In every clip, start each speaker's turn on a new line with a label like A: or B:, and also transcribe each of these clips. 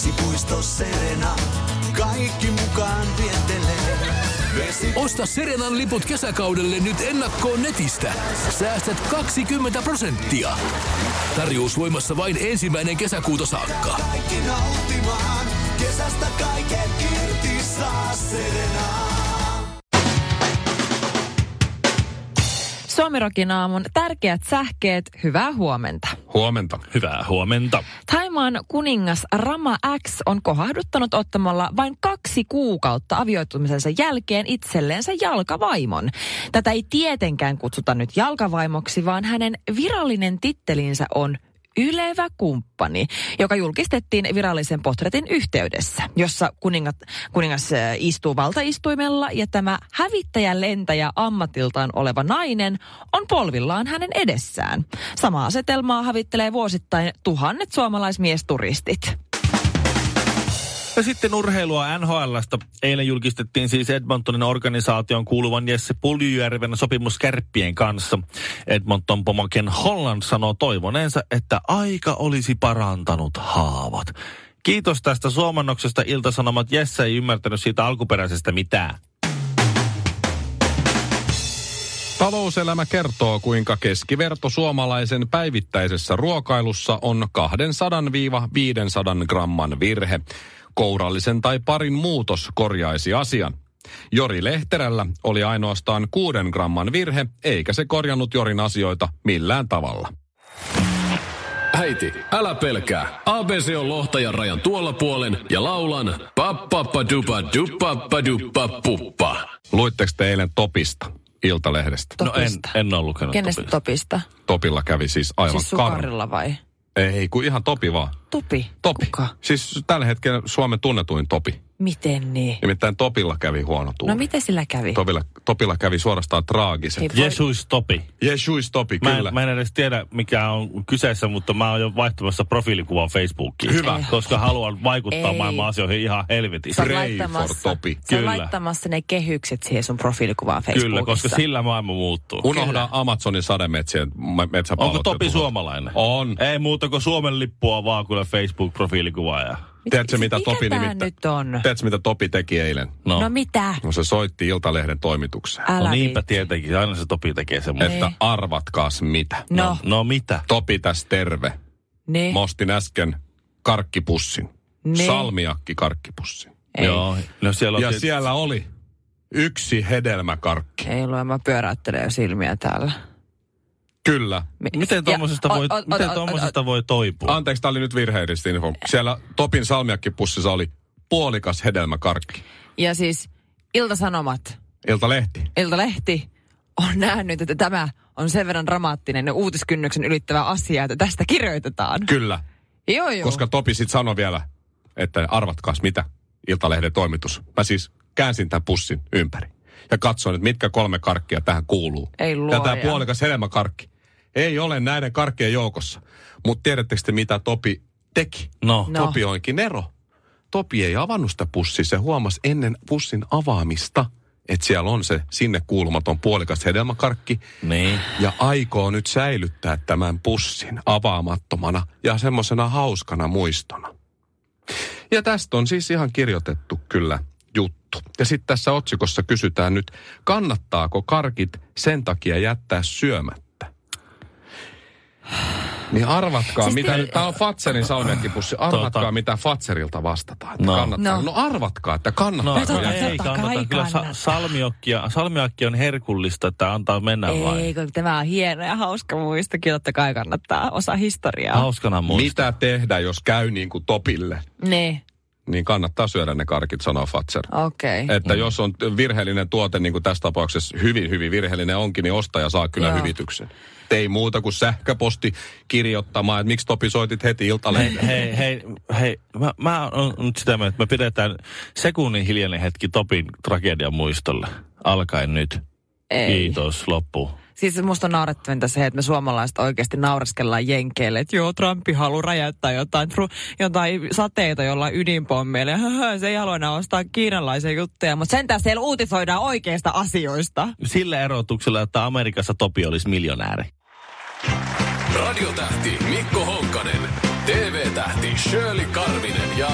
A: Vesipuisto Serena. Kaikki mukaan vientelee. Vesi...
B: Osta Serenan liput kesäkaudelle nyt ennakkoon netistä. Säästät 20 prosenttia. Tarjous voimassa vain ensimmäinen kesäkuuta saakka.
A: Kaikki nauttimaan. Kesästä kaiken irti saa Serena.
C: Suomirokin aamun tärkeät sähkeet, hyvää huomenta.
D: Huomenta.
E: Hyvää huomenta.
C: Taimaan kuningas Rama X on kohahduttanut ottamalla vain kaksi kuukautta avioitumisensa jälkeen itselleensä jalkavaimon. Tätä ei tietenkään kutsuta nyt jalkavaimoksi, vaan hänen virallinen tittelinsä on ylevä kumppani, joka julkistettiin virallisen portretin yhteydessä, jossa kuningat, kuningas äh, istuu valtaistuimella ja tämä hävittäjä lentäjä ammatiltaan oleva nainen on polvillaan hänen edessään. Samaa asetelmaa havittelee vuosittain tuhannet suomalaismiesturistit.
E: Ja sitten urheilua NHLstä. Eilen julkistettiin siis Edmontonin organisaation kuuluvan Jesse Puljujärven sopimus kärppien kanssa. Edmonton pomoken Holland sanoo toivoneensa, että aika olisi parantanut haavat. Kiitos tästä suomannoksesta Iltasanomat. Jesse ei ymmärtänyt siitä alkuperäisestä mitään.
D: Talouselämä kertoo, kuinka keskiverto suomalaisen päivittäisessä ruokailussa on 200-500 gramman virhe. Kourallisen tai parin muutos korjaisi asian. Jori Lehterällä oli ainoastaan kuuden gramman virhe, eikä se korjannut Jorin asioita millään tavalla.
F: Äiti, älä pelkää. ABC on lohtajan rajan tuolla puolen ja laulan pappappadupa dupappadupa puppa.
D: Luitteko te eilen Topista, Iltalehdestä?
E: No en,
C: Topista.
E: en ole lukenut
C: Kenestä
E: Topista.
C: Topista?
D: Topilla kävi siis aivan
C: Siis
D: karu.
C: sukarilla vai?
D: Ei, kun ihan Topi vaan.
C: Topi?
D: Topi.
C: Kuka?
D: Siis tällä hetkellä Suomen tunnetuin Topi.
C: Miten niin?
D: Nimittäin Topilla kävi huono tuuri.
C: No miten sillä kävi?
D: Topilla, Topilla kävi suorastaan traagiset.
C: Ei voi-
E: Jesuis Topi.
D: Jesuis Topi,
E: Mä
D: kyllä.
E: en, mä en edes tiedä, mikä on kyseessä, mutta mä oon jo vaihtamassa profiilikuvan Facebookiin.
D: Hyvä.
E: Koska haluan vaikuttaa
C: Ei.
E: maailman asioihin ihan helvetissä.
C: Sä oot
D: Pray
C: laittamassa,
D: for Topi.
C: Sä oot
E: Kyllä.
C: laittamassa ne kehykset siihen sun profiilikuvaan Facebookissa.
E: Kyllä, koska sillä maailma muuttuu.
D: Unohda Amazonin sademetsien mä- metsäpalot.
E: Onko Topi
D: ja tuhot.
E: suomalainen?
D: On.
E: Ei muuta kuin Suomen lippua vaan kyllä Facebook-profiilikuvaa ja...
D: Tiedätkö, mitä
C: Mikä
D: Topi
C: tää
D: nimittä-
C: nyt on?
D: Tiedätkö, mitä Topi teki eilen?
C: No, mitä?
D: No se soitti Iltalehden toimitukseen.
C: Älä
E: no niinpä
C: viitti.
E: tietenkin, aina se Topi tekee sen.
C: Ei.
E: mutta-
D: Että arvatkaas mitä.
C: No,
E: No mitä?
D: Topi tässä terve.
C: niin.
D: Mä ostin äsken karkkipussin.
C: Niin.
D: Salmiakki karkkipussin.
C: Ei.
E: Joo, no siellä on...
D: Ja
E: tiet-
D: siellä oli yksi hedelmäkarkki.
C: Ei lue, mä pyöräyttelen jo silmiä täällä.
D: Kyllä.
C: Mi-
E: Miten
C: Ja-
E: tuommoisesta
C: o-
E: voi,
C: o- o-
E: miten
C: o-
E: tommosesta voi toipua?
D: Anteeksi, tää oli nyt virheellistä info. Siellä Topin salmiakkipussissa oli puolikas hedelmäkarkki.
C: o- Ja siis Ilta-Sanomat,
D: Iltalehti.
C: Iltalehti on nähnyt, että tämä on sen verran dramaattinen ja uutiskynnyksen ylittävä asia, että tästä kirjoitetaan.
D: Kyllä.
C: joo, joo.
D: Koska Topi sitten sanoi vielä, että arvatkaas mitä, Iltalehden toimitus. Mä siis käänsin tämän pussin ympäri ja katsoin, että mitkä kolme karkkia tähän kuuluu.
C: Ei luoja.
D: Ja tämä puolikas hedelmäkarkki ei ole näiden karkkien joukossa. Mutta tiedättekö te, mitä Topi teki?
E: No,
C: No.
D: No. Topi onkin ero. Topi ei avannut sitä pussia. Se huomasi ennen pussin avaamista, että siellä on se sinne kuulumaton puolikas hedelmäkarkki.
E: niin.
D: Ja aikoo nyt säilyttää tämän pussin avaamattomana ja semmoisena hauskana muistona. Ja tästä on siis ihan kirjoitettu kyllä juttu. Ja sitten tässä otsikossa kysytään nyt, kannattaako karkit sen takia jättää syömättä? Niin arvatkaa, siis
C: Siis
D: mitä
C: te-
D: nyt, tämä on Fatserin sauniakkipussi, arvatkaa
E: Tota-
D: mitä Fatserilta vastataan. Että no.
E: No.
D: Kannattaa.
C: No.
D: No. no arvatkaa, että kannattaa.
E: No,
C: Totta
E: no
C: kai,
E: ei
C: totta
E: kannata.
C: kai
E: Kyllä sa-
C: kannattaa.
E: salmiakkia, salmiakki on herkullista, että antaa mennä
C: Ei,
E: vain.
C: kun tämä on hieno ja hauska muisto. Kyllä totta kai kannattaa osa historiaa.
E: Hauskana muista.
D: Mitä tehdä, jos käy niin kuin Topille?
C: Niin,
D: Niin kannattaa syödä ne karkit, sanoo Fatser.
C: okei. Okay.
D: Että mm. jos on virheellinen tuote, niin kuin tässä tapauksessa hyvin, hyvin virheellinen onkin, niin ostaja saa kyllä
C: Joo.
D: Joo. hyvityksen. Et Ei muuta kuin sähköposti kirjoittamaan, että miksi Topi soitit heti
E: Hei,
D: iltalehden.
E: hei, hei, hei. Mä, mä oon nyt sitä mieltä, että me pidetään sekunnin hiljainen hetki Topin tragedian muistolle. Alkaen nyt.
C: Ei.
E: Kiitos, loppu.
C: Siis musta on naurettavinta se, että me suomalaiset oikeasti naureskellaan jenkeille, että joo, Trumpi haluaa räjäyttää jotain, tru, jotain sateita jollain ydinpommeilla. Ja höhö, se ei halua enää ostaa kiinalaisia juttuja, mutta sentään siellä uutisoidaan oikeista asioista.
E: Sillä erotuksella, että Amerikassa Topi olisi miljonääri.
F: Radiotähti Mikko Honkanen. TV-tähti Shirley Karvinen ja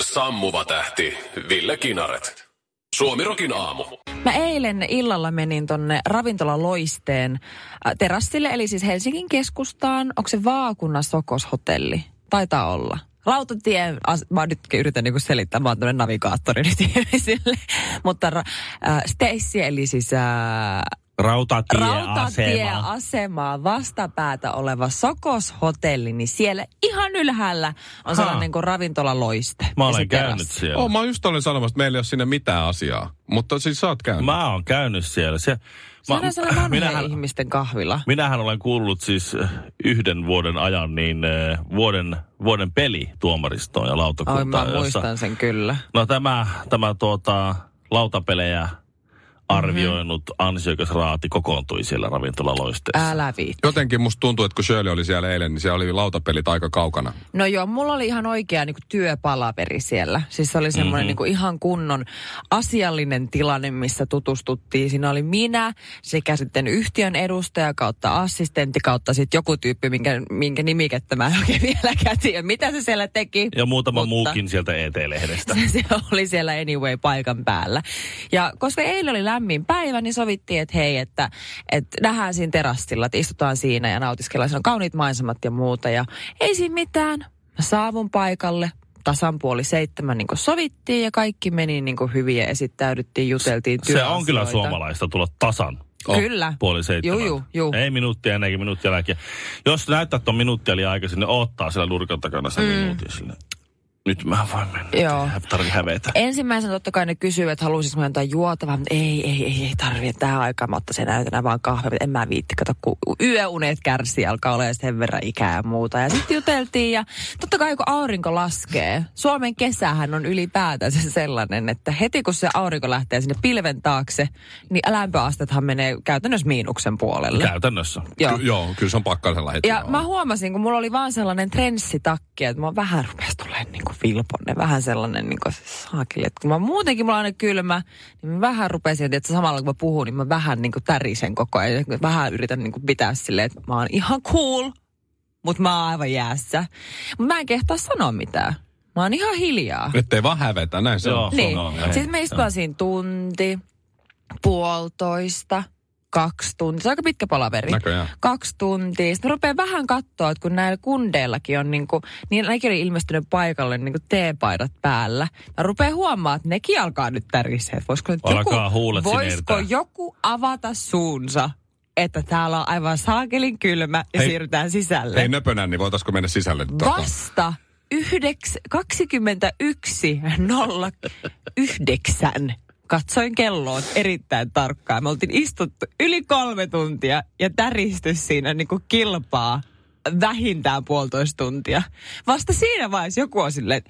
F: sammuva tähti Ville Kinaret. Suomirokin aamu.
C: Mä eilen illalla menin tonne ravintola Loisteen äh, terassille, eli siis Helsingin keskustaan. Onko se Vaakuna Sokos hotelli? Taitaa olla. Rautatie, as, mä nyt yritän niinku selittää, mä oon tämmönen navigaattori nyt ihmisille. Mutta ra, äh, Stacy, eli siis äh,
E: Rautatieasema.
C: rautatieasemaa vastapäätä oleva Sokos hotelli, niin siellä ihan ylhäällä on sellainen kuin ravintola Loiste.
E: Mä
C: ja
E: olen
C: se
E: käynyt
C: terassi.
E: siellä.
D: Oh, mä just olin sanomassa, että meillä ei ole siinä mitään asiaa. Mutta siis sä oot käynyt.
E: Mä oon käynyt siellä. Se,
C: Se on sellainen vanhojen
E: minähän,
C: ihmisten kahvila.
E: minähän olen kuullut siis äh, yhden vuoden ajan niin äh, vuoden, vuoden peli tuomaristoon ja
C: Ai mä
E: lautakuntaan.
C: muistan sen kyllä.
E: no tämä, tämä tuota, lautapelejä
C: Mhm.
E: arvioinut mm-hmm. ansiokas raati kokoontui siellä ravintolaloisteessa.
C: Älä viit.
D: Jotenkin musta tuntuu, että kun Shirley oli siellä eilen, niin siellä oli lautapelit aika kaukana.
C: No joo, mulla oli ihan oikea niin kuin työpalaveri siellä. Siis se oli semmoinen
E: Mhm.
C: mm-hmm. niin kuin ihan kunnon asiallinen tilanne, missä tutustuttiin. Siinä oli minä sekä sitten yhtiön edustaja kautta assistentti kautta sitten joku tyyppi, minkä, minkä nimikettä mä en oikein vieläkään tiedä. Mitä se siellä teki?
E: Ja muutama
C: Mutta-
E: muukin sieltä E ET-lehdestä.
C: Se, se oli siellä anyway paikan päällä. Ja koska eilen oli lämmin päivä, niin sovittiin, että hei, että, että nähdään siinä terastilla, että istutaan siinä ja nautiskellaan. Siinä on kauniit maisemat ja muuta ja ei siinä mitään. Mä saavun paikalle tasan puoli seitsemän, niin kuin sovittiin ja kaikki meni niin kuin hyvin ja esittäydyttiin, juteltiin
E: Se on kyllä
C: työasioita.
E: suomalaista tulla tasan
C: Oh. Kyllä.
E: puoli seitsemän.
C: Juu, juu, juu.
E: Ei minuuttia ennen eikä minuuttia jälkeen. Jos näyttää, että on minuuttia liian aikaisin, niin oottaa siellä nurkan takana sen mm. minuutin sille. Nyt mä voin mennä.
C: Joo.
E: Ei tarvi hävetä.
C: Ensimmäisenä totta kai ne kysyy, että haluaisinko mä jotain juotavaa, mutta ei, ei, ei, ei tarvitse tähän aikaan. Mä ottaisin näytänä vaan kahvia, mutta en mä viitti, kato, kun yöunet kärsii, alkaa olla sen verran ikää ja muuta. Ja sitten juteltiin ja totta kai kun aurinko laskee, Suomen kesähän on ylipäätänsä sellainen, että heti kun se aurinko lähtee sinne pilven taakse, niin lämpöastethan menee käytännössä miinuksen puolelle.
E: Käytännössä.
C: Joo.
D: Ky- joo, kyllä se on pakkasella heti.
C: Ja
D: joo.
C: mä huomasin, kun mulla oli vaan sellainen trenssitakki, että mä vähän rupesi tulemaan niinku vilponne, vähän sellainen niinku saakille. Että kun mä muutenkin mulla on aina kylmä, niin mä vähän rupesin, että samalla kun mä puhun, niin mä vähän niinku tärisen koko ajan. Ja Vähän yritän niinku pitää silleen, että mä oon ihan cool, mutta mä oon aivan jäässä. Mut mä en kehtaa sanoa mitään. Mä oon ihan hiljaa.
D: Nyt ei vaan hävetä, näin se
E: Joo.
D: on. Siis-
C: Niin.
E: on, ei.
C: Sitten me istutaan siinä tunti, puolitoista, kaksi tuntia. Se on aika pitkä palaveri.
D: Näköjään.
C: Kaksi tuntia. Sitten mä rupean vähän katsoa, että kun näillä kundeillakin on niin kuin, niin nekin oli ilmestynyt paikalle niin kuin teepaidat päällä. Mä rupean huomaamaan, että nekin alkaa nyt tärisee. Että Voisiko nyt
E: Alkaa huulet
C: joku, voisiko
E: sinertää.
C: joku avata suunsa? että täällä on aivan saakelin kylmä ja
D: Hei.
C: siirrytään sisälle.
D: Ei nöpönä, niin voitaisiko mennä sisälle nyt takaa?
C: Vasta 21.09 katsoin kelloon erittäin tarkkaan. Me oltiin istuttu yli kolme tuntia ja täristy siinä niin kuin kilpaa vähintään puolitoista tuntia. Vasta siinä vaiheessa joku on silleen,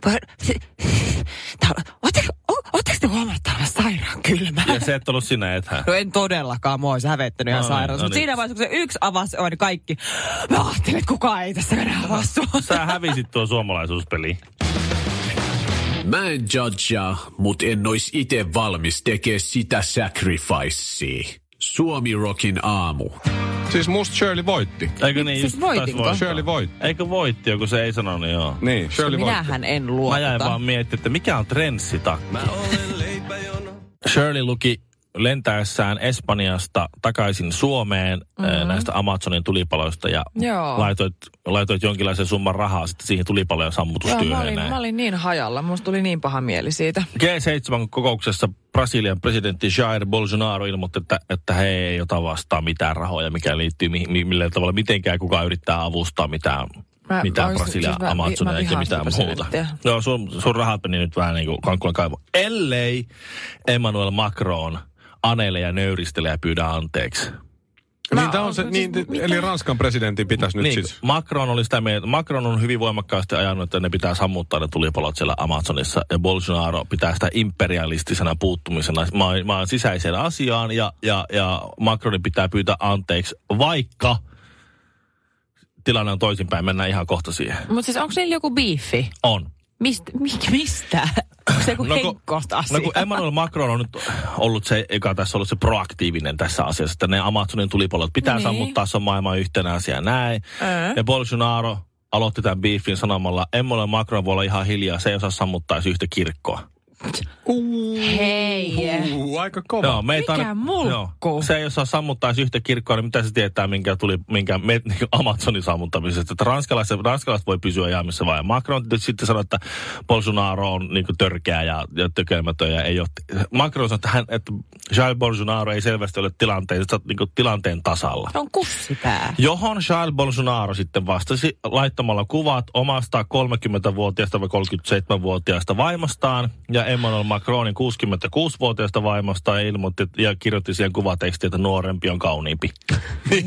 C: Täällä- ootteko ootteko te huomannut, että täällä on sairaan kylmää?
E: Ja se et ollut sinä ethän.
C: No en todellakaan, mua olisi hävettänyt ihan
E: No niin,
C: sairaus.
E: no
C: Mutta
E: niin.
C: siinä vaiheessa, kun se yksi avasi, on niin kaikki, mä ajattelin, että kukaan ei tässä enää avaa sua.
E: Sä hävisit tuo suomalaisuuspeli.
F: Mä en judgea, mut en ois ite valmis tekee sitä sacrificea. Suomirokin aamu.
D: Siis musta Shirley voitti.
E: Eikö niin?
C: Siis
E: just taisi
C: voitinko?
E: voittaa.
D: Shirley voitti.
E: Eikö voitti joku se ei sano, niin joo.
D: Niin, Shirley voitti.
C: Minähän en
E: Mä jäin
C: luovuta.
E: vaan miettimään, että mikä on trenssitakki. Shirley luki lentäessään Espanjasta takaisin Suomeen mm-hmm. näistä Amazonin tulipaloista ja
C: Joo.
E: laitoit, laitoit jonkinlaisen summan rahaa sitten siihen tulipalojen
C: Joo, mä,
E: sammutustyöhön.
C: olin,
E: ja näin.
C: mä olin niin hajalla, musta tuli niin paha mieli siitä.
E: G7-kokouksessa Brasilian presidentti Jair Bolsonaro ilmoitti, että, että he ei ota vastaan mitään rahoja, mikä liittyy mi, mi, millä tavalla mitenkään kukaan yrittää avustaa mitään,
C: Mä- mä
E: mitään
C: ois-
E: Brasilia,
C: siis mä vi-
E: siis
C: mä
E: Amazonia eikä
C: vihaan
E: mitään
C: sitä
E: muuta.
C: presidenttiä.
E: Joo, sun, sun rahat meni nyt vähän niin kuin kankkulan kaivo. Ellei Emmanuel Macron anele ja nöyristele ja pyydä anteeksi.
D: Niin, tää on se, niin, eli Ranskan presidentin pitäisi nyt
E: Niin,
D: siis...
E: Macron oli sitä mieltä, Macron on hyvin voimakkaasti ajanut, että ne pitää sammuttaa ne tulipalot siellä Amazonissa. Ja Bolsonaro pitää sitä imperialistisena puuttumisena maan, maan sisäiseen asiaan. Ja, ja, ja Macronin pitää pyytää anteeksi, vaikka tilanne on toisinpäin. Mennään ihan kohta siihen.
C: Mutta siis onko niillä joku biifi?
E: On.
C: Mist, mi, mistä? Onko se joku no, henkkohta asia?
E: no kun Emmanuel Macron on nyt ollut se, joka tässä on ollut se proaktiivinen tässä asiassa, että ne Amazonin tulipalot pitää
C: Niin.
E: niin. sammuttaa, se on maailman yhtenäisiä näin.
C: Ää.
E: Ja Bolsonaro aloitti tämän biifin sanomalla, Emmanuel Macron voi olla ihan hiljaa, se ei osaa sammuttaa edes yhtä kirkkoa.
C: Hei.
D: Uu, aika kova.
E: Joo, me ei
C: Mikä mulkku?
E: Joo, se ei osaa sammuttaa edes yhtä kirkkoa, niin mitä se tietää, minkä tuli minkä me, niin Amazonin sammuttamisesta. Että ranskalaiset, ranskalaiset voi pysyä ihan missä vaan. Ja Macron t- sitten sanoi, että Bolsonaro on niin kuin törkeä ja, ja tökelmätön ja ei ole. Macron sanoi, että, hän, että Charles Bolsonaro ei selvästi ole tilanteen, niin kuin tilanteen tasalla.
C: Se on kussipää.
E: Johon Charles Bolsonaro sitten vastasi laittamalla kuvat omasta 30-vuotiaasta vai 37-vuotiaasta vaimostaan ja Emmanuel Macronin 66-vuotiaasta vaimostaan ja ilmoitti ja kirjoitti siihen kuvatekstiin, että nuorempi on kauniimpi.
D: niin,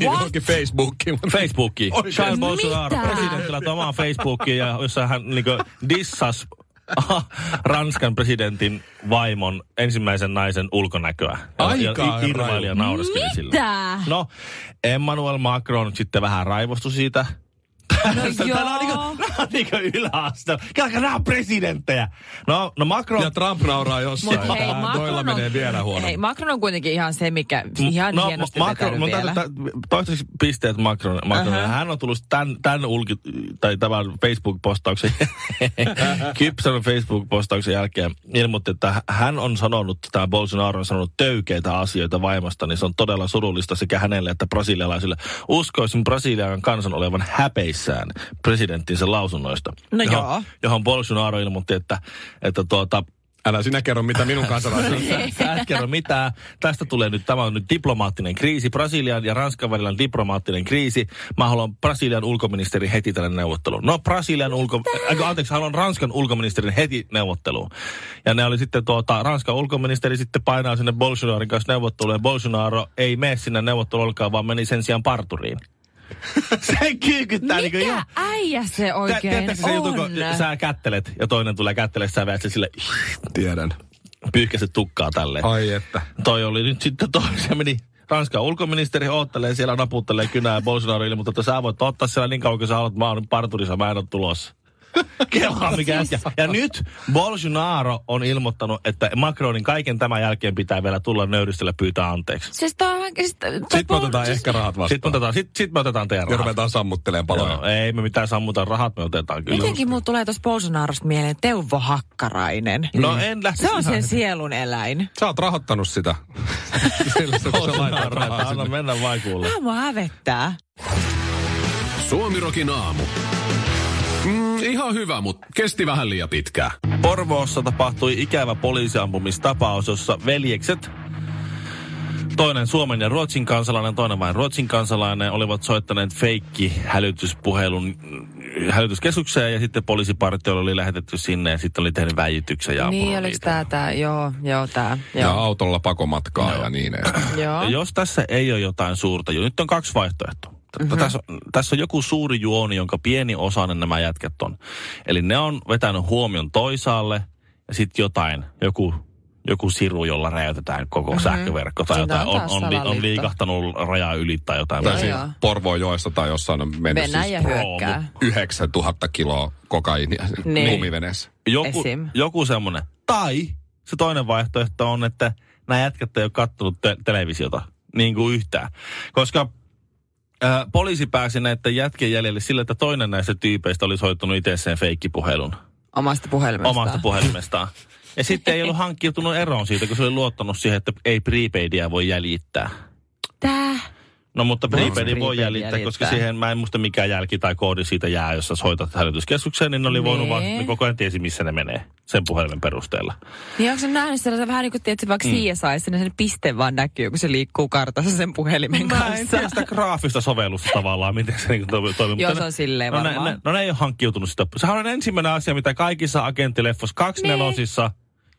C: What?
D: johonkin Facebookiin.
E: Facebookiin.
D: Oikein.
E: Charles Bolsonaro
C: Mitä?
E: presidentti laittoi omaan Facebookiin, ja jossa hän niin dissas Ranskan presidentin vaimon ensimmäisen naisen ulkonäköä. Ja-
D: Aika
E: ja, i- irvaili ja naureskeli sillä.
C: Mitä?
E: No, Emmanuel Macron nyt sitten vähän raivostui siitä.
C: No
E: Nämä on
C: joo.
E: niinku, nämä on niinku yläaste. Kelkä nämä on presidenttejä. No, no Macron...
D: Ja Trump nauraa jossain.
C: Mut hei,
D: Tää- Noilla
C: Macron
D: menee
C: on-
D: vielä huonommin.
C: Hei, Macron on kuitenkin ihan se, mikä ihan
E: no,
C: hienosti
E: Ma-
C: vetänyt
E: mun
C: vielä.
E: täytyy tä- toistaiseksi pisteet Macron. Macron.
C: Aha.
E: Hän on tullut tämän, tämän, ulki, tai tämän Facebook-postauksen, Kypsän Facebook-postauksen jälkeen ilmoitti, että hän on sanonut, tämä Bolsonaro on sanonut töykeitä asioita vaimosta, niin se on todella surullista sekä hänelle että brasilialaisille. Uskoisin Brasilian kansan olevan häpeissään presidenttinsä lausunnoista.
C: No
E: johon,
C: joo.
E: johon Bolsonaro ilmoitti, että, että tuota,
D: Älä sinä kerro, mitä minun kansalaisuus
E: sä, sä et kerro mitään. Tästä tulee nyt, tämä on nyt diplomaattinen kriisi. Brasilian ja Ranskan välillä on diplomaattinen kriisi. Mä haluan Brasilian ulkoministeri heti tälle neuvotteluun. No Brasilian ulko... Äh, anteeksi, haluan Ranskan ulkoministerin heti neuvotteluun. Ja ne oli sitten tuota, Ranskan ulkoministeri sitten painaa sinne Bolsonarin kanssa neuvotteluun. Ja Bolsonaro ei mene sinne neuvotteluun olkaan, vaan meni sen sijaan parturiin. se kyykyttää niin
C: Mikä
E: kuin,
C: äijä se
E: Tä-
C: oikein
E: tiedätkö se
C: on?
E: juttu, kun sä kättelet ja toinen tulee kättelemään, sä vedät sen sille
D: Tiedän.
E: pyyhkäiset tukkaa tälleen.
D: Ai että.
E: Toi oli nyt sitten toi, se meni Ranskan ulkoministeri oottelee siellä, naputtelee kynää ja Bolsonaro ilmoittaa, mutta sä voit ottaa siellä niin kauan kuin sä haluat, mä oon nyt parturissa, mä en ole tulossa. Kelaa mikä äsken. Ja nyt Bolsonaro on ilmoittanut, että Macronin kaiken tämän jälkeen pitää vielä tulla nöyristellä pyytää anteeksi.
C: Siis tää on... Siis, tää- tää
D: Sitten me otetaan
C: siis-
D: ehkä rahat vastaan.
E: Sitten me otetaan, sit, sit me otetaan teidän
D: Ja
E: rahat.
D: ruvetaan sammuttelemaan
E: Joo,
D: paloja.
E: ei me mitään sammuta, rahat me otetaan kyllä.
C: Jotenkin muut tulee tuossa Bolsonarosta mieleen Teuvo Hakkarainen.
E: No en lähtisi
C: Se on
E: ihan-
C: sen sielun eläin.
D: Sä oot rahoittanut sitä. Sillä se, kun sä laitat
E: Bolsonaro,
D: rahaa
E: että Anna
D: sinne.
E: mennä vai kuulla.
C: Vähän mua hävettää.
F: Suomirokin aamu. Mm, ihan hyvä, mutta kesti vähän liian pitkään.
E: Porvoossa tapahtui ikävä poliisiampumistapaus, jossa veljekset, toinen Suomen ja Ruotsin kansalainen, toinen vain Ruotsin kansalainen, olivat soittaneet feikki hälytyspuhelun mm, hälytyskeskukseen ja sitten poliisipartioilla oli lähetetty sinne ja sitten oli tehnyt väijytyksen ja ampunut
C: Niin, oliks
E: niitä.
C: tää tää? Joo, joo tää.
D: Ja
C: Joo.
D: autolla pakomatkaa ja niin edelleen.
C: joo.
E: Ja jos tässä ei ole jotain suurta, ju- nyt on kaksi vaihtoehtoa.
C: Mhm.
E: Mm-hmm. Tässä, on- tässä on joku suuri juoni, jonka pieni osainen nämä jätket on. Eli ne on vetänyt huomion toisaalle ja sitten jotain, joku, joku siru, jolla räjäytetään koko mm-hmm. sähköverkko tai
C: Mhm. Siinä
E: jotain.
C: on
E: On,
C: taas
E: on, li, on
C: salaliitto.
E: liikahtanut rajaa yli tai jotain.
D: Tai
C: Joo,
E: muuta.
C: joo.
D: siinä Porvoojoessa tai jossain on mennyt
C: Venäjä
D: siis
C: hyökkää.
D: 9000 kiloa kokaiinia
C: Niin.
D: lumiveneessä.
E: joku,
C: Esim.
E: joku semmoinen. Tai se toinen vaihtoehto on, että nämä jätkät ei ole kattonut te- televisiota niin kuin yhtään. Koska ää, poliisi pääsi näiden jätkien jäljelle sillä, että toinen näistä tyypeistä oli soittanut itse sen feikkipuhelun
C: Omasta puhelimesta.
E: omasta puhelimestaan. Ja sitten ei ollut hankkiutunut eroon siitä, kun se oli luottanut siihen, että ei prepaidia voi jäljittää.
C: Tää?
E: No mutta prepaidi voi
C: prepaidi
E: jäljittää, koska
C: jäljittää.
E: siihen mä en muista mikä jälki tai koodi siitä jää, jos sä soitat hälytyskeskukseen, niin ne oli voinut
C: Nee.
E: vaan, ne koko ajan tiesi missä ne menee sen puhelimen perusteella.
C: Niin onko se nähnyt sellaisen vähän niin kuin tietysti vaikka mm. CSI, sinne sen piste vaan näkyy, kun se liikkuu kartassa sen puhelimen
E: Mä en
C: kanssa.
E: tiedä sitä graafista sovellusta tavallaan, miten se niinku toimi. toimii,
C: Joo,
E: mutta
C: se
E: ne-
C: on silleen
E: no, ne,
C: varmaan.
E: ne, no ne ei ole hankkiutunut sitä. Sehän on ensimmäinen asia, mitä kaikissa agenttileffossa, kaksi
C: Niin.
E: nelosissa,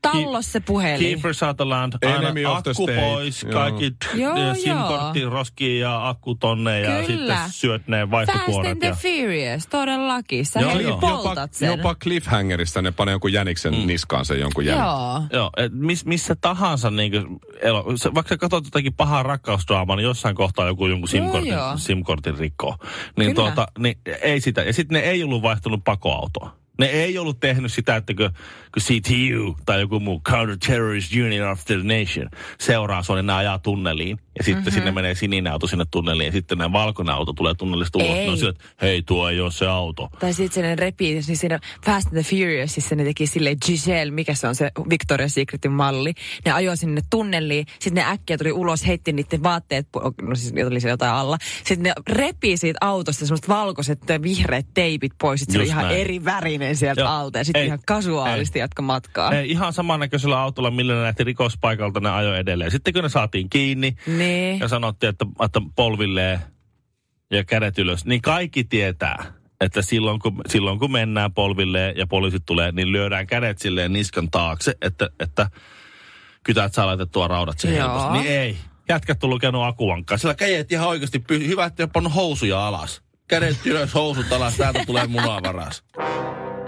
C: Tallos se puhelin.
E: Kiefer Sutherland,
D: Enemy
E: aina
D: of the
E: akku
D: state.
E: pois,
D: Joo.
E: kaikki
C: Joo, joo.
E: simkortti roskiin ja akku tonne ja
C: Kyllä.
E: sitten syöt ne
C: Fast and
E: vaihtokuoret.
C: the
E: Ja...
C: Furious, todellakin. Sä
E: Joo,
C: heti
E: joo.
D: Jopa,
C: poltat sen.
D: jopa cliffhangerista ne panee jonkun jäniksen mm. niskaan sen jonkun jäniksen.
C: Joo.
E: Joo, et miss, missä tahansa, niin kuin, elo, se, vaikka sä katsot jotakin pahaa rakkausdraamaa, niin jossain kohtaa joku jonkun simkortin,
C: joo.
E: simkortin rikkoo.
C: Kyllä.
E: Niin, tuota, niin ei sitä. Ja sitten ne ei ollut vaihtunut pakoautoa. Ne ei ollut tehnyt sitä, että kun, kun CTU tai joku muu Counter Terrorist Union of the Nation seuraa sua, niin ne ajaa tunneliin. Ja sitten
C: Mhm.
E: mm-hmm. sinne menee sininen auto sinne tunneliin ja sitten näin valkoinen auto tulee tunnelista ulos.
C: Ei.
E: Ne on sillä, että hei tuo ei ole se auto.
C: Tai sitten se repii, niin siinä Fast and the Furiousissa ne teki silleen Giselle, mikä se on se Victoria's Secretin malli. Ne ajoi sinne tunneliin, sitten ne äkkiä tuli ulos, heitti niiden vaatteet, pu- no siis niitä oli siellä jotain alla. Sitten ne repii siitä autosta semmoiset valkoiset ja vihreät teipit pois, sitten se oli
E: Just
C: ihan
E: näin.
C: eri värinen sieltä
E: Joo.
C: alta ja sitten
E: Ei.
C: ihan kasuaalisti
E: Ei.
C: jatka matkaa.
E: Ei, ihan samannäköisellä autolla, millä ne lähti rikospaikalta, ne ajoi edelleen. Sitten kun ne saatiin kiinni
C: Niin.
E: ja sanottiin, että, että polvilleen ja kädet ylös, niin kaikki tietää, että silloin kun, silloin kun mennään polvilleen ja poliisit tulee, niin lyödään kädet silleen niskan taakse, että, että kytät saa laitettua raudat siihen
C: Joo.
E: helposti. Niin ei. Jätkät on lukenut akuankkaa. Sillä kädet ihan oikeasti py- hyvä, että ei ole pannut housuja alas. Kädet ylös, housut alas, täältä tulee munavaras.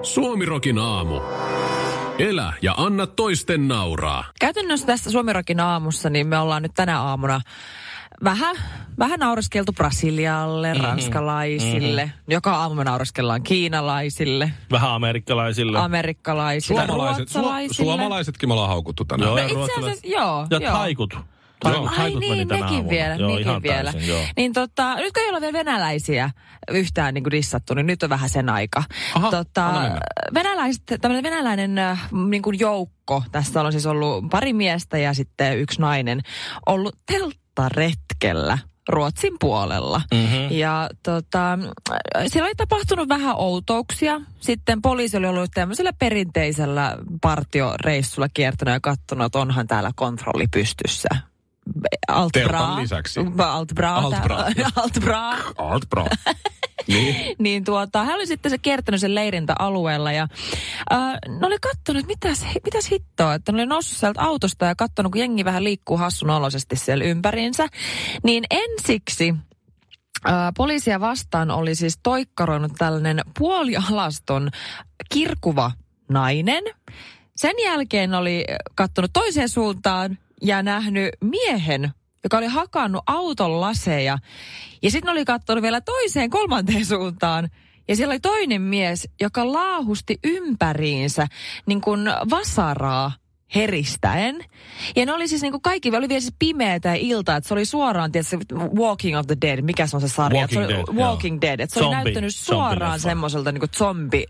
F: Suomirokin aamu. Elä ja anna toisten nauraa.
C: Käytännössä tässä Suomirokin aamussa, niin me ollaan nyt tänä aamuna vähän, vähän naureskeltu Brasilialle,
D: Mhm.
C: mm-hmm. ranskalaisille. Mm-hmm. Joka aamu me naureskellaan kiinalaisille,
E: Vähän amerikkalaisille.
C: amerikkalaisille,
D: Suomalaiset, su-
C: ruotsalaisille.
D: suomalaisetkin me ollaan haukuttu tänään.
E: Joo,
C: No
E: ja
C: itse asiassa,
E: ruotsalaiset.
C: joo.
E: Ja
C: joo.
E: taikut.
C: Joo,
E: Taikut,
C: Ai
E: taikut meni
C: niin,
E: tänä
C: nekin
E: aamuna.
C: vielä,
E: joo, ihan
C: nekin vielä.
E: Täysin, joo.
C: niin tota, nyt kun ei ole vielä venäläisiä yhtään niin kuin dissattu, niin nyt on vähän sen aika.
D: Aha,
C: tota,
D: anna mennä.
C: venäläiset, tämmönen venäläinen äh, niin kuin joukko, tässä on siis ollut pari miestä ja sitten yksi nainen, ollut telttaretkellä. Ruotsin puolella. Mm-hmm. Ja tota, äh, siellä oli tapahtunut vähän outouksia. Sitten poliisi oli ollut tämmöisellä perinteisellä partioreissulla kiertänyt ja katsonut, että onhan täällä kontrolli pystyssä. Altbra.
D: Teltan lisäksi.
C: Altbra.
D: Altbra.
C: Altbra.
D: Art bra. niin.
C: niin tuota, hän oli sitten se kiertänyt sen leirintäalueella ja äh, ne oli kattonut, että mitäs, mitäs hittoa, että ne oli noussut sieltä autosta ja kattonut, kun jengi vähän liikkuu hassun oloisesti siellä ympäriinsä, niin ensiksi äh, poliisia vastaan oli siis toikkaroinut tällainen puolialaston kirkuva nainen. Sen jälkeen oli kattonut toiseen suuntaan ja nähnyt miehen, joka oli hakannut auton laseja. Ja sitten oli kattonut vielä toiseen kolmanteen suuntaan. Ja siellä oli toinen mies, joka laahusti ympäriinsä niin kuin vasaraa heristäen. Ja ne oli siis niin kuin kaikki, oli vielä siis pimeätä ja iltaa, että se oli suoraan, tietysti Walking of the Dead, mikä se on se sarja?
E: Walking
C: että se oli,
E: Dead, joo.
C: Walking Dead, että se
E: Zombi-
C: oli näyttänyt suoraan
E: zombileffa.
C: semmoiselta niin kuin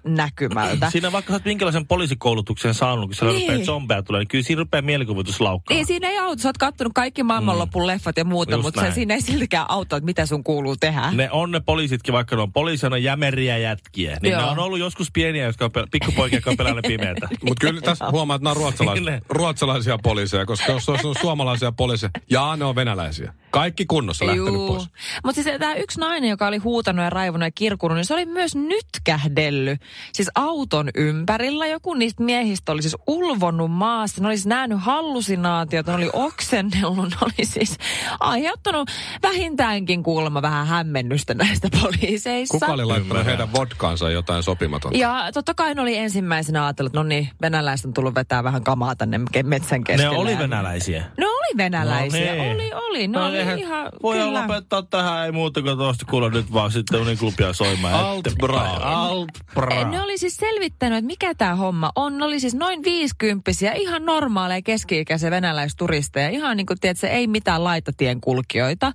C: zombinäkymältä.
E: Siinä vaikka sä oot minkälaisen poliisikoulutuksen saanut, kun siellä
C: Niin.
E: niin. rupeaa zombeja tulee, niin kyllä siinä rupeaa mielikuvitus laukkaa.
C: Niin, siinä ei auta. Sä oot kattonut kaikki maailmanlopun leffat ja muuta,
E: Mm. Just
C: mutta se,
E: näin. No,
C: siinä ei siltikään auta, että mitä sun kuuluu tehdä.
E: Ne on ne poliisitkin, vaikka ne on poliisina jämeriä jätkiä. Niin
C: Joo.
E: ne on ollut joskus pieniä, jotka on pel- pikkupoikia, jotka on pelännyt pimeätä.
D: Mutta kyllä tässä huomaa, että nämä on ruotsalais-
E: Kyllä.
D: ruotsalaisia poliiseja, koska jos olisi ollut suomalaisia poliiseja, jaa ne on venäläisiä. Kaikki kunnossa lähtenyt pois.
C: Mutta siis tämä yksi nainen, joka oli huutanut ja raivonut ja kirkunut, niin se oli myös nytkähdellyt. Siis auton ympärillä joku niistä miehistä oli siis ulvonut maassa. Ne olisi nähnyt hallusinaatiot, ne oli oksennellut, ne oli siis aiheuttanut vähintäänkin kuulemma vähän hämmennystä näistä poliiseissa.
D: Kuka oli laittanut heidän vodkaansa jotain sopimatonta?
C: Ja totta kai ne oli ensimmäisenä ajatellut, että no niin, venäläiset on tullut vetää vähän kamaa tänne ke- metsän
E: ne
C: keskelle.
E: oli venäläisiä.
C: No oli venäläisiä, no,
E: niin.
C: oli, oli. No, oli
E: eihän-
C: ihan,
E: Voi
C: kyllä.
E: lopettaa tähän, ei muuta kuin tuosta kuule nyt vaan sitten uniklubia soimaan.
D: Alt bra.
E: Alt bra.
C: Ne oli siis selvittänyt, että mikä tämä homma on. Ne oli siis noin viisikymppisiä, ihan normaaleja keski-ikäisiä venäläisturisteja. Ihan niin kuin, tiedätkö, ei mitään laitatien kulkijoita.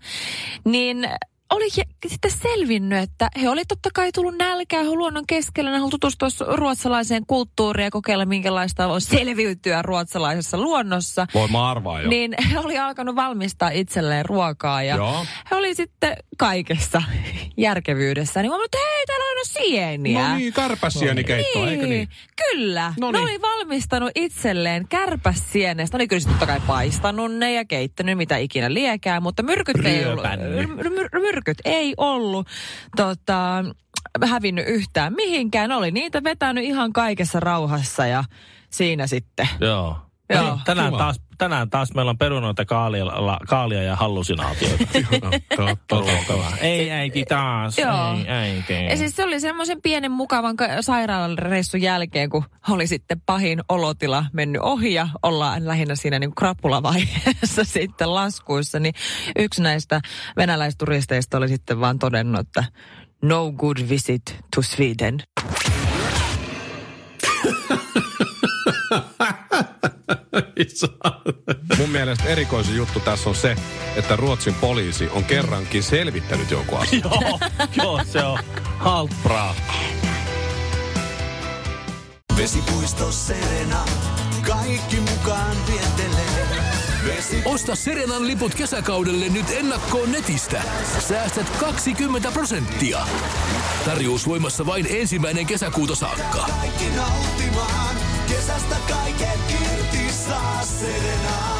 C: Niin oli he- sitten selvinnyt, että he oli totta kai tullut nälkää he oli luonnon keskellä. Ne halusi tutustua su- ruotsalaiseen kulttuuriin ja kokeilla, minkälaista on selviytyä ruotsalaisessa luonnossa.
D: Voi mä arvaa jo.
C: Niin he oli alkanut valmistaa itselleen ruokaa ja
D: Joo.
C: he oli sitten kaikessa järkevyydessä. Niin mä olin, että hei, täällä on sieniä.
D: No niin, kärpäsieni keitto,
C: Niin,
D: eikö niin?
C: Kyllä. No
D: Noniin.
C: Ne oli valmistanut itselleen kärpäsienestä. Ne oli niin, kyllä sitten totta kai paistanut ne ja keittänyt mitä ikinä liekää, mutta myrkyt ei ollut,
E: Ryöpännyt.
C: myr- myr- myrkyt ei ollut tota, hävinnyt yhtään mihinkään. Ne oli niitä vetänyt ihan kaikessa rauhassa ja siinä sitten.
E: Joo.
C: Joo.
E: Niin, tänään,
D: Kiva.
E: taas, tänään taas meillä on perunoita, kaalia, la- kaalia ja hallusinaatioita.
C: Niin.
E: Ruokaa. ei äiti taas,
C: Joo.
E: ei äiti.
C: Ja siis se oli semmoisen pienen mukavan ka- sairaalareissun jälkeen, kun oli sitten pahin olotila mennyt ohi ja ollaan lähinnä siinä niin krapulavaiheessa sitten laskuissa, niin yksi näistä venäläisturisteista oli sitten vaan todennut, että no good visit to Sweden.
D: Mun mielestä erikoisin juttu tässä on se, että Ruotsin poliisi on kerrankin selvittänyt joku asia.
E: joo, joo, se on halpraa.
A: Vesipuisto Serena, kaikki mukaan vientelee. Vesi,
F: Osta Serenan liput kesäkaudelle nyt ennakkoon netistä. Säästät 20 prosenttia. Tarjous voimassa vain ensimmäinen kesäkuuta saakka.
A: kaikki nauttimaan, kesästä kaiken irti saa Serena.